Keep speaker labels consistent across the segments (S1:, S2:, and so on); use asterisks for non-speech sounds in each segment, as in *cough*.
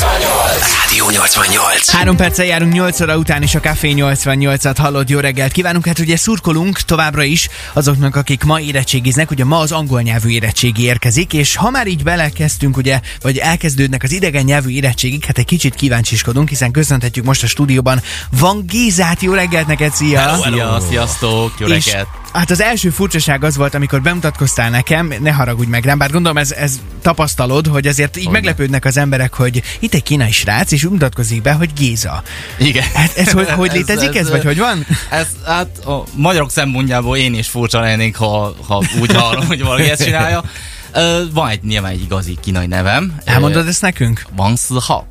S1: Rádió 88.
S2: Három perccel járunk 8 óra után, és a Café 88-at hallod. Jó reggelt kívánunk. Hát ugye szurkolunk továbbra is azoknak, akik ma érettségiznek. Ugye ma az angol nyelvű érettségi érkezik, és ha már így belekezdtünk, ugye, vagy elkezdődnek az idegen nyelvű érettségik, hát egy kicsit kíváncsiskodunk, hiszen köszönhetjük most a stúdióban. Van Gézát, jó reggelt neked, szia!
S3: Szia, sziasztok, jó
S2: És
S3: reggelt.
S2: hát az első furcsaság az volt, amikor bemutatkoztál nekem, ne haragudj meg rám, bár gondolom ez, ez tapasztalod, hogy ezért így meglepődnek az emberek, hogy itt egy kínai srác, és úgy mutatkozik be, hogy Géza.
S3: Igen.
S2: Hát ez hogy,
S3: *laughs*
S2: hogy létezik ez, vagy hogy van?
S3: Ez, hát a magyarok szempontjából én is furcsa lennék, ha, ha úgy hallom, hogy valaki ezt csinálja. Ö, van egy nyilván egy igazi kínai nevem.
S2: Elmondod ezt nekünk?
S3: Wang Sihao.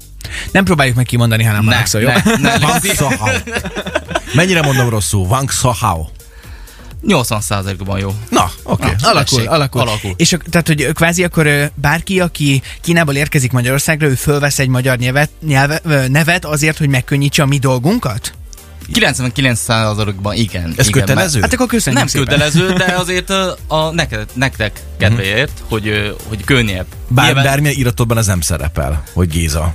S2: Nem próbáljuk meg kimondani, hanem nem, szó, jó? *laughs*
S3: ne, ne,
S4: Szahau. Mennyire mondom rosszul? Wang Sahau.
S3: 80%-ban jó.
S4: Na, oké. Okay.
S2: Alakul,
S3: Tessék,
S2: alakul,
S3: alakul.
S2: És ak- tehát, hogy kvázi akkor ö, bárki, aki Kínából érkezik Magyarországra, ő fölvesz egy magyar nyelvet, nyelve, ö, nevet azért, hogy megkönnyítse a mi dolgunkat?
S3: 99%-ban igen.
S4: Ez
S3: igen,
S4: kötelező?
S2: Hát akkor köszönjük
S3: Nem
S2: szépen.
S3: kötelező, de azért ö, a neked, nektek kedvéért, hogy, ö, hogy könnyebb.
S4: Bár,
S3: Nyilván-
S4: bármilyen iratodban ez nem szerepel, hogy Géza.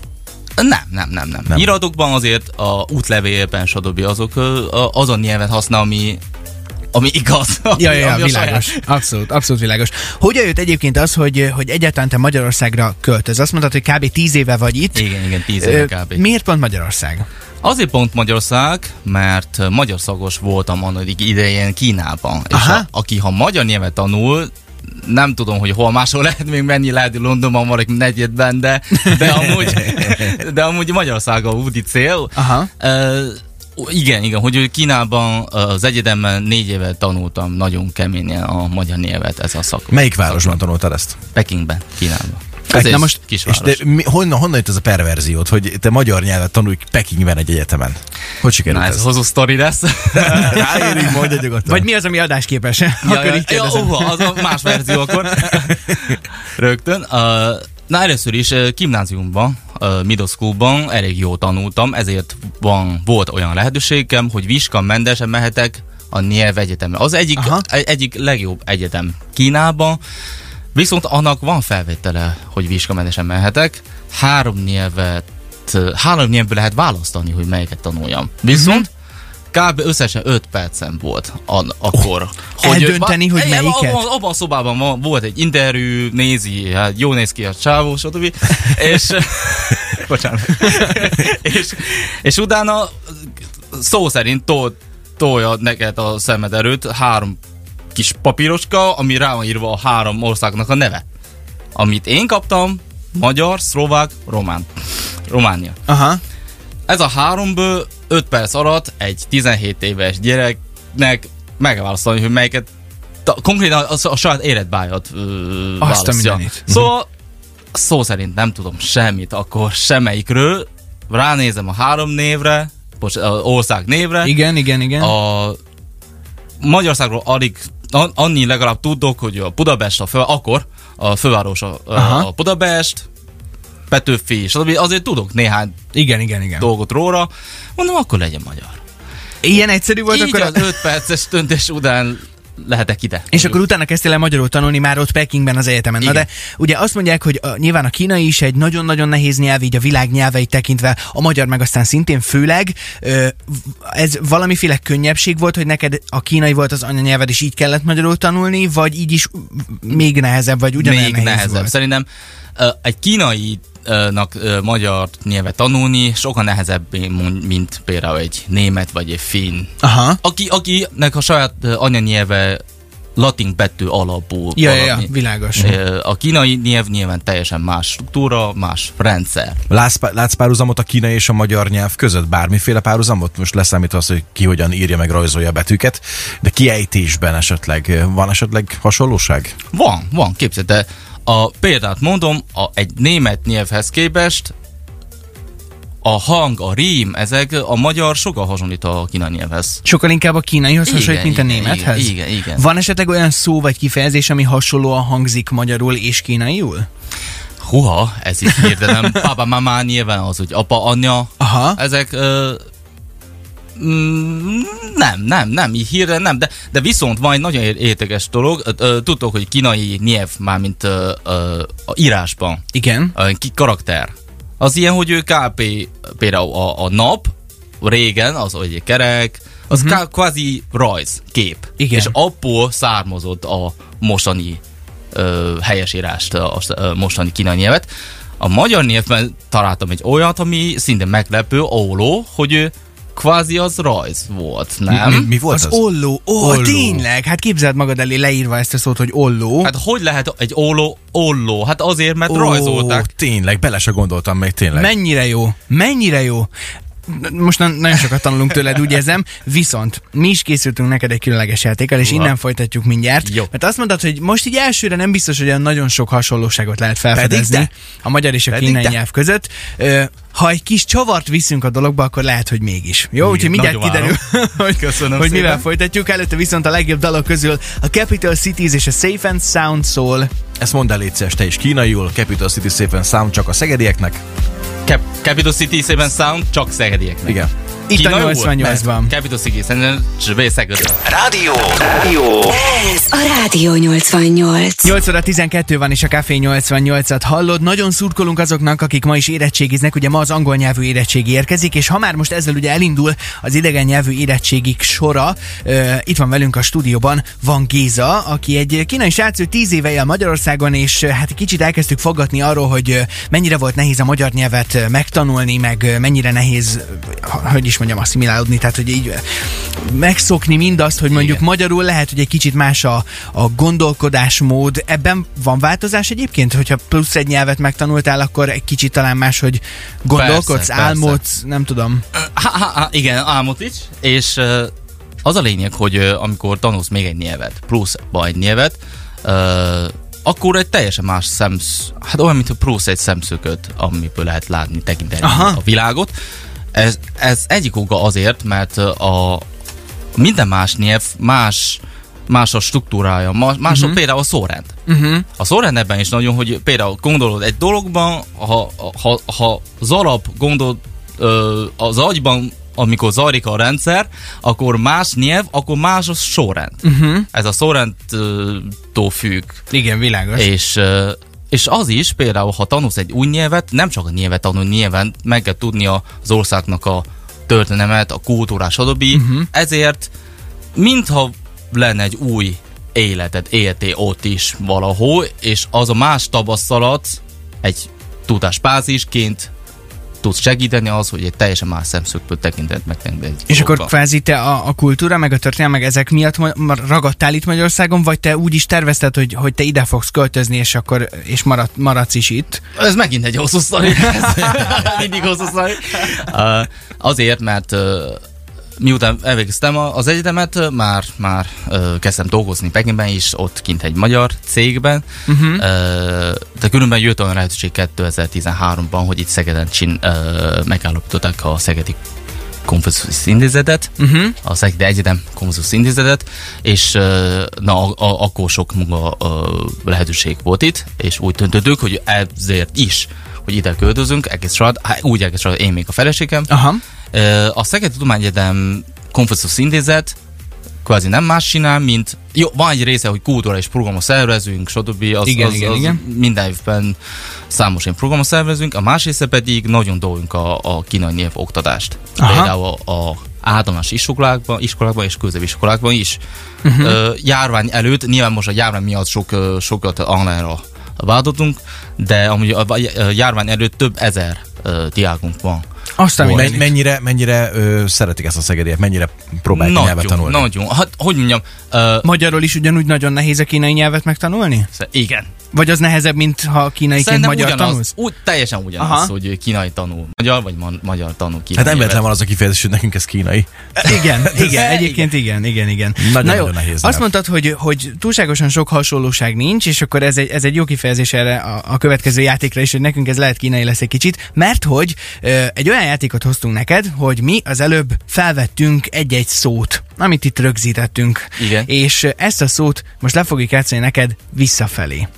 S3: Nem, nem, nem, nem.
S4: Nem.
S3: nem. Iratokban azért a útlevélben, stb. azok ö, a- azon nyelven használ, ami, ami igaz. Ami,
S2: Ja, ja, ja
S3: ami a
S2: világos.
S3: saját.
S2: Abszolút, abszolút világos. Hogyan jött egyébként az, hogy, hogy egyáltalán te Magyarországra költöz? Azt mondtad, hogy kb. 10 éve vagy itt.
S3: Igen, igen, 10
S2: Ö,
S3: éve kb.
S2: Miért pont Magyarország?
S3: Azért pont Magyarország, mert ö, magyar szakos voltam annak idején Kínában. És
S2: Aha.
S3: a, aki ha magyar nyelvet tanul, nem tudom, hogy hol máshol *laughs* lehet még menni, lehet, hogy Londonban van egy negyedben, de, de
S2: *laughs*
S3: amúgy, de amúgy Magyarország a úti cél.
S2: Aha.
S3: Ö, igen, igen, hogy Kínában ö, az egyetemen négy évet tanultam nagyon keményen a magyar nyelvet, ez a szak.
S4: Melyik városban tanultál ezt?
S3: Pekingben, Kínában.
S2: Hát,
S3: egy
S2: na most-
S3: kisváros.
S4: És te, mi, honnan, honnan jött ez a perverziót, hogy te magyar nyelvet tanulj Pekingben egy egyetemen? Hogy sikerült
S3: Na,
S4: ez?
S3: ez hosszú
S2: *laughs*
S3: sztori lesz.
S4: Ráérünk, mondja nyugodtan.
S2: Vagy mi az, ami adásképes?
S3: Ja,
S2: akkor
S3: ja,
S2: így kérdezem.
S3: Ja, uha, az a más verzió akkor. *laughs* Rögtön. Uh, na először is uh, gimnáziumban, uh, middle schoolban elég jól tanultam, ezért van, volt olyan lehetőségem, hogy vizsgamentesen mehetek a Nyelv Egyetemre. Az egyik,
S2: Aha.
S3: egy, egyik legjobb egyetem Kínában, viszont annak van felvétele, hogy vizsgamentesen mehetek. Három nyelvet, három nyelvből lehet választani, hogy melyiket tanuljam. Viszont Kb. összesen 5 percem volt an, akkor.
S2: eldönteni, hogy
S3: Egy-
S2: melyiket?
S3: Abban, abban a szobában van, volt egy interjú, nézi, hát jó néz ki a
S2: *laughs*
S3: csávó, stb. és, bocsánat. és, és utána szó szerint tol, tolja neked a szemed előtt három kis papíroska, ami rá van írva a három országnak a neve. Amit én kaptam, magyar, szlovák, román. Románia.
S2: Aha.
S3: Ez a háromból 5 perc alatt egy 17 éves gyereknek megválaszolni, hogy melyiket ta- konkrétan a, a saját életbájat ö,
S2: Azt a
S3: választja.
S2: mindenit.
S3: Szóval szó szerint nem tudom semmit akkor semmelyikről. Ránézem a három névre, bocs, a ország névre.
S2: Igen, igen, igen.
S3: Hát- A Magyarországról alig an- annyi legalább tudok, hogy a Budapest a fő, akkor a főváros a,
S2: Aha.
S3: a Budapest, Petőfi, stb. azért tudok néhány
S2: Igen, igen, igen.
S3: dolgot róla, mondom, akkor legyen magyar.
S2: Ilyen egyszerű volt
S3: Így
S2: akkor?
S3: akkor
S2: a-
S3: az 5 perces döntés után lehetek ide.
S2: És akkor utána kezdtél el magyarul tanulni már ott Pekingben az egyetemen. Na
S3: Igen.
S2: de ugye azt mondják, hogy a, nyilván a kínai is egy nagyon-nagyon nehéz nyelv, így a világ nyelveit tekintve, a magyar meg aztán szintén főleg. Ö, ez valamiféle könnyebbség volt, hogy neked a kínai volt az anyanyelved, és így kellett magyarul tanulni, vagy így is még nehezebb, vagy ugyanolyan
S3: Még
S2: nehéz
S3: nehezebb.
S2: volt?
S3: Szerintem ö, egy kínai ö, nak, ö, magyar nyelvet tanulni sokkal nehezebb, mon- mint például egy német vagy egy finn.
S2: Aha.
S3: Aki, akinek a saját ö, anyanyelve latin betű alapú.
S2: Ja, ja, ja,
S3: valami.
S2: világos.
S3: Ö, A kínai nyelv nyilván teljesen más struktúra, más rendszer.
S4: Látsz, pá- látsz párhuzamot a kínai és a magyar nyelv között? Bármiféle párhuzamot? Most leszámítva azt, hogy ki hogyan írja meg rajzolja a betűket, de kiejtésben esetleg van esetleg hasonlóság?
S3: Van, van, képzeld el. A példát mondom, a, egy német nyelvhez képest a hang, a rím, ezek a magyar sokkal hasonlít a kínai nyelvhez.
S2: Sokkal inkább a kínaihoz
S3: Igen,
S2: hasonlít, mint a
S3: igen,
S2: némethez?
S3: igen, igen, igen.
S2: Van esetleg olyan szó vagy kifejezés, ami hasonlóan hangzik magyarul és kínaiul?
S3: Huha, ez *laughs* is hirdetem. Baba, mama nyilván az, hogy apa, anya.
S2: Aha.
S3: Ezek ö, mm, nem, nem, nem, így hirden nem, de, de viszont van egy nagyon ér- érdekes dolog. Ö, ö, Tudtok, hogy kínai nyelv, mármint ö, ö, a írásban,
S2: Igen.
S3: ö, ki karakter. az ilyen, hogy ő KP, például a, a nap, régen, az hogy kerek, az
S2: Mhm.
S3: uh-huh. ká- kvázi rajz, kép.
S2: Igen.
S3: És abból származott a mostani ö, helyesírást, a ö, mostani kínai nyelvet. A magyar nyelvben találtam egy olyat, ami szinte meglepő, óló, hogy ő kvázi az rajz volt, nem?
S4: Mi, mi volt
S2: Az,
S4: az?
S2: az olló. Ó, olló.
S4: Olló.
S2: tényleg. Hát képzeld magad elé leírva ezt a szót, hogy olló. Hát,
S3: Hát hogy lehet egy olló olló? Hát azért, mert
S4: Ó,
S3: oh. rajzolták.
S4: tényleg, bele se gondoltam még, tényleg.
S2: mennyire jó. Mennyire jó. Most na- nagyon sokat tanulunk tőled, úgy érzem. Viszont mi is készültünk neked egy különleges játékkal, és
S3: Uha.
S2: innen folytatjuk mindjárt.
S3: Jó.
S2: Mert azt mondtad, hogy most így elsőre nem biztos, hogy olyan nagyon sok hasonlóságot lehet felfedezni
S4: de.
S2: a magyar és a
S4: Pedig
S2: kínai
S4: de.
S2: nyelv között. Ö, ha egy kis csavart viszünk a dologba, akkor lehet, hogy mégis. Jó,
S3: Igen,
S2: úgyhogy mindjárt
S3: nagyon
S2: kiderül,
S3: várom.
S2: hogy,
S3: Köszönöm
S2: hogy
S3: szépen.
S2: mivel folytatjuk. Előtte viszont a legjobb dalok közül a Capital Cities és a Safe and Sound szól.
S4: Ezt mondd el, légy szíves, te is kínaiul, Capital City szépen szám csak a szegedieknek.
S3: Cap- Capital City szépen sound csak szegedieknek.
S4: Igen.
S2: Itt a
S3: Kínai volt?
S2: 88-ban.
S3: Mert Capital City szerintem csak szegedi.
S1: Rádió. Rádió.
S5: Ez a Rádió 88.
S2: 8 óra 12 van, és a Café 88-at hallod. Nagyon szurkolunk azoknak, akik ma is érettségiznek. Ugye ma az angol nyelvű érettségi érkezik, és ha már most ezzel ugye elindul az idegen nyelvű érettségik sora, ö, itt van velünk a stúdióban van Géza, aki egy kínai srác, ő 10 éve él Magyarországon, és ö, hát kicsit elkezdtük fogadni arról, hogy ö, mennyire volt nehéz a magyar nyelvet ö, megtanulni, meg ö, mennyire nehéz, ö, ha- hogy is mondjam, asszimilálódni, tehát hogy így ö, megszokni mindazt, hogy mondjuk Igen. magyarul lehet, hogy egy kicsit más a, a gondolkodásmód. Ebben van változás egyébként, hogyha plusz egy nyelvet megtanultál, akkor egy kicsit talán más, hogy gondolkodsz,
S3: Persze, persze.
S2: álmodsz, nem tudom.
S3: Ha, ha, ha, igen, álmotics. És ö, az a lényeg, hogy ö, amikor tanulsz még egy nyelvet, plusz egy nyelvet, ö, akkor egy teljesen más szemsz, hát olyan, mint a plusz egy szemszököt, amiből lehet látni, tekinteni
S2: Aha.
S3: a világot. Ez, ez egyik oka azért, mert ö, a minden más nyelv más, más a struktúrája, más, más
S2: Mhm.
S3: uh-huh. a például a szórend.
S2: Uh-huh.
S3: A sorrend ebben is nagyon, hogy például gondolod egy dologban, ha, ha, ha az alap gondolod ö, az agyban, amikor zajlik a rendszer, akkor más nyelv, akkor más a sorrend. Uh-huh. Ez a sorrendtől függ.
S2: Igen, világos.
S3: És, ö, és az is például, ha tanulsz egy új nyelvet, nem csak a nyelvet tanul, nyilván meg kell tudni az országnak a történelmet, a kultúrás, stb.
S2: Mhm.
S3: Uh-huh. Ezért mintha lenne egy új életed, éltél ott is valahol, és az a más tapasztalat egy tudáspázisként tudsz segíteni az, hogy egy teljesen más szemszögből tekinted meg egy
S2: És akkor
S3: dologba.
S2: kvázi te a, a kultúra, meg a történelem, meg ezek miatt ma- ma- ragadtál itt Magyarországon, vagy te úgy is tervezted, hogy, hogy te ide fogsz költözni, és akkor és marad, maradsz is itt?
S3: Ez megint egy hosszú sztori. Ez Mindig hosszú sztori. Uh, azért, mert uh, miután elvégeztem a- az egyetemet, uh, már, már uh, kezdtem dolgozni Pekinben is, ott kint egy magyar cégben. Uh-huh. Uh, de különben jött olyan lehetőség 2013-ban, hogy itt Szegeden csin, uh, megállapították a Szegedi Konfucius Intézetet,
S2: Uh-huh.
S3: a Szegedi Egyetem Konfucius Intézetet, és ö, na, a, a, akkor sok munka ö, lehetőség volt itt, és úgy döntöttük, hogy ezért is, hogy ide költözünk, egész család, hát úgy egész család, én még a feleségem.
S2: Aha.
S3: Ö, A Szegedi Tudományegyetem Konfucius Intézet kvázi nem más csinál, mint jó, van egy része, hogy kultúra és programot szervezünk, stb. Az,
S2: Igen,
S3: az,
S2: igen,
S3: az
S2: igen.
S3: Minden évben számos ilyen programot szervezünk, a más része pedig nagyon dolgunk a, a kínai nyelv oktatást.
S2: Aha.
S3: Például a, a általános iskolákban, iskolákban és középiskolákban is.
S2: Mhm.
S3: Uh-huh. Ö, járvány előtt, nyilván most a járvány miatt sok, ö, sokat online-ra váltottunk, de amúgy a, a járvány előtt több ezer ö, diákunk van.
S2: Azt, amit
S4: Men, mennyire mennyire ö, szeretik ezt a szegediek, mennyire próbálják a nyelvet tanulni?
S3: Nagyon, hát hogy mondjam, ö,
S2: Magyarul is ugyanúgy nagyon nehéz a kínai nyelvet megtanulni?
S3: sze- igen.
S2: Vagy az nehezebb, mint ha kínaiként
S3: Szerintem
S2: magyar
S3: ugyanaz,
S2: tanulsz?
S3: Úgy, teljesen ugyanaz,
S2: Aha.
S3: Aha. hogy kínai tanul magyar, vagy man, magyar tanul kínai.
S4: Hát nem
S3: nyelvet.
S4: véletlen van az a kifejezés, hogy nekünk ez kínai.
S2: Igen, igen, egyébként igen, igen, igen.
S4: Nagyon- nagyon nehéz
S2: Azt
S4: nyelv.
S2: mondtad, hogy, hogy túlságosan sok hasonlóság nincs, és akkor ez egy, ez egy jó kifejezés erre a, a következő játékra is, hogy nekünk ez lehet kínai lesz egy kicsit, mert hogy ö, egy olyan játékot hoztunk neked, hogy mi az előbb felvettünk egy-egy szót, amit itt rögzítettünk.
S3: Igen.
S2: És ö, ezt a szót most le fogjuk játszani neked visszafelé.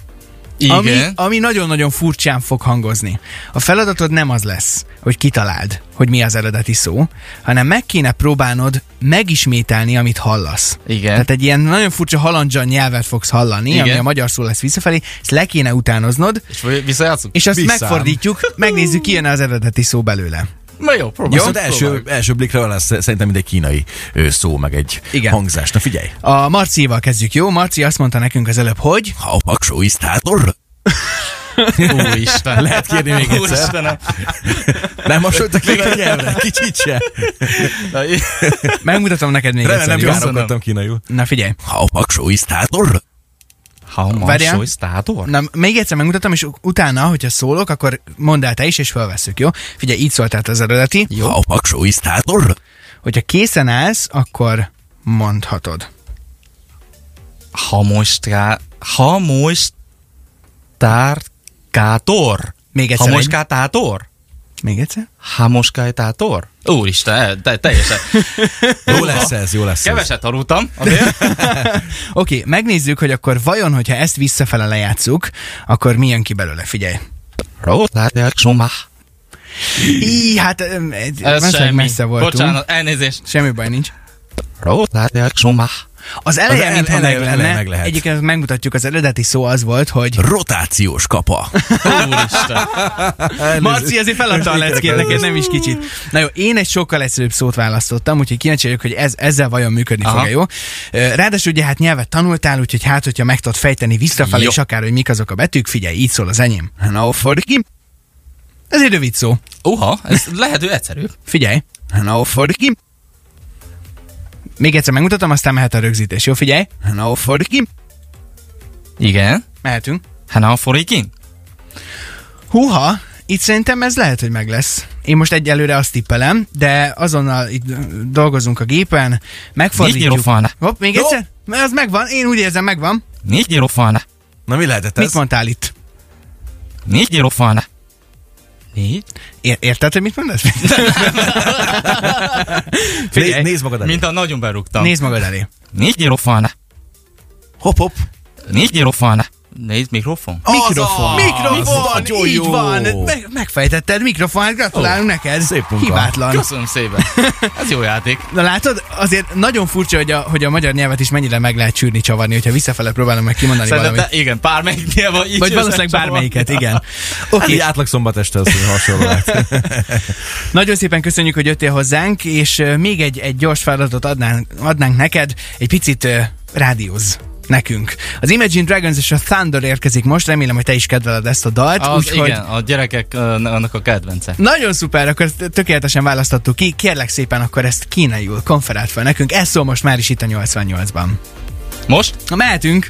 S3: Igen.
S2: Ami, ami nagyon-nagyon furcsán fog hangozni. A feladatod nem az lesz, hogy kitaláld, hogy mi az eredeti szó, hanem meg kéne próbálnod megismételni, amit hallasz.
S3: Igen.
S4: Hát
S2: Tehát egy ilyen nagyon furcsa halandzsan nyelvet fogsz hallani, Igen. ami
S3: Igen.
S2: a magyar szó lesz visszafelé, ezt le kéne utánoznod,
S3: És vagy- visszajátszunk?
S2: és azt
S4: Visszám.
S2: megfordítjuk, megnézzük, ki jön az eredeti szó belőle.
S3: Na jó,
S4: Jó,
S3: próbáljuk.
S4: de első, első blikre olyan lesz szerintem, mint egy kínai ö, szó, meg egy
S2: Igen.
S4: hangzás. Na figyelj!
S2: A Marcival kezdjük, jó? Marci azt mondta nekünk az előbb, hogy...
S4: Ha a paksó isztátor,
S3: próbáljuk. *laughs* Úristen.
S4: Lehet kérni még egyszer?
S3: Úristenem.
S4: nem hasonlít a kínai nyelvre, kicsit se.
S3: Na,
S4: *laughs*
S3: i-
S2: Megmutatom neked még
S4: Remélem
S2: egyszer.
S4: nem
S2: jó?
S4: káromkodtam kínaiul.
S2: Na figyelj.
S4: Ha a paksó isztátor,
S3: Ha ma
S2: Várjál.
S3: soly státor?
S2: Na, még egyszer megmutatom, és utána, hogyha szólok, akkor mondd el te is, és felvesszük, jó? Figyelj, így szólt át az eredeti.
S3: Jó.
S4: ha a paksó isztátor,
S2: Hogyha készen állsz, akkor mondhatod.
S3: Ha most rá... Ha most... Tárkátor?
S2: Még egyszer
S3: Ha
S2: egy.
S3: most kátátor?
S2: Még egyszer?
S3: Ha most kátátor? Úristen, te, teljesen.
S4: jó lesz ez, jó lesz ez.
S3: Keveset aludtam, azért.
S2: Oké, okay, megnézzük, hogy akkor vajon, hogyha ezt visszafele lejátszuk, akkor mi jön ki belőle, figyelj.
S3: Rótlátok somá.
S2: Í, hát em,
S3: Ez
S2: messze,
S3: semmi.
S2: messze voltunk.
S3: Bocsánat, elnézést.
S2: Semmi baj nincs.
S3: Rótlátok somá.
S2: Az eleje,
S4: ele-
S2: mintha
S4: eleje-
S2: meg
S4: eleje
S2: lenne,
S4: meg lehet.
S2: egyébként megmutatjuk, az eredeti szó az volt, hogy
S4: Rotációs kapa.
S3: Úristen.
S2: Marci azért feladta a leckét, neked nem is kicsit. Na jó, én egy sokkal egyszerűbb szót választottam, úgyhogy kíváncsi vagyok, hogy ez, ezzel vajon működni
S3: Aha.
S2: fog jó? Ö, Ráadásul ugye hát nyelvet tanultál, úgyhogy hát, hogyha meg tudod fejteni visszafelé,
S3: Jó.
S2: és akár, hogy mik azok a betűk, figyelj, így szól az enyém. Na, forgi. Ez egy rövid szó.
S3: Uha, ez lehető egyszerű.
S2: Figyelj. Na, forgi. Még egyszer megmutatom, aztán mehet a rögzítés. Jó, figyelj. Na, forgi.
S3: Igen.
S2: Mehetünk.
S3: Hana forikin?
S2: Húha, itt szerintem ez lehet, hogy meg lesz. Én most egyelőre azt tippelem, de azonnal itt dolgozunk a gépen, megfordítjuk.
S3: Mikrofon.
S2: Hopp, még
S3: Jó.
S2: egyszer? Mert az megvan, én úgy érzem megvan. Mit
S3: Négy gyilofana.
S4: Na mi lehetett ez?
S2: mondtál itt?
S3: Négy gyilofana. Négy?
S2: É- érted, hogy mit mondasz?
S4: Né- nézd magad elé.
S3: Mint a nagyon berúgtam.
S2: Nézd magad elé.
S3: Négy gyilofana.
S4: Hop, hop.
S3: Négy gyilofana. Négy mikrofon.
S2: Mikrofon. Mikrofon,
S4: Nagyon
S2: így
S4: jó.
S2: van. Meg- megfejtetted mikrofon, hát gratulálunk neked.
S4: szép munka.
S2: Hibátlan.
S3: Köszönöm szépen. Ez jó játék.
S2: Na látod, azért nagyon furcsa, hogy a, hogy a magyar nyelvet is mennyire meg lehet csűrni, csavarni, hogyha visszafele próbálom meg kimondani
S3: Szerintem,
S2: valamit.
S3: te, igen, bármelyiknél vagy így.
S2: Vagy valószínűleg
S3: összecsavar.
S2: bármelyiket, igen.
S4: Hát
S2: Oké,
S4: így átlag szombat este az hogy hasonló lehet.
S2: Nagyon szépen köszönjük, hogy jöttél hozzánk, és ö, még egy, egy gyors feladatot adnánk, adnánk neked, egy picit ö, rádióz nekünk. Az Imagine Dragons és a Thunder érkezik most, remélem, hogy te is kedveled ezt a dalt,
S3: Az,
S2: úgyhogy
S3: igen, a gyerekek ö, annak a kedvence.
S2: nagyon szuper, akkor t- tökéletesen választottuk ki, kérlek szépen akkor ezt kínaiul konferált fel nekünk, ez szól most már is itt a 88-ban.
S3: Most
S2: Na
S3: *laughs*
S2: mehetünk!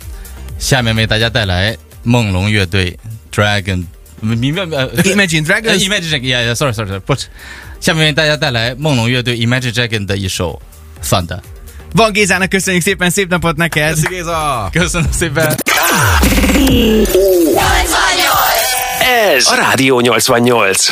S3: 下面为大家带来梦龙乐队 Dragon，明白呃
S2: *laughs* Imagine Dragons
S3: Imagine Dragon，yeah sorry sorry sorry 不是，下面为大家带来梦龙乐队 Imagine Dragon 的一首《Thunder》。
S2: Van Gézának köszönjük szépen, szép napot neked!
S4: Géza!
S3: Köszönöm szépen!
S1: Ez a Rádió 88.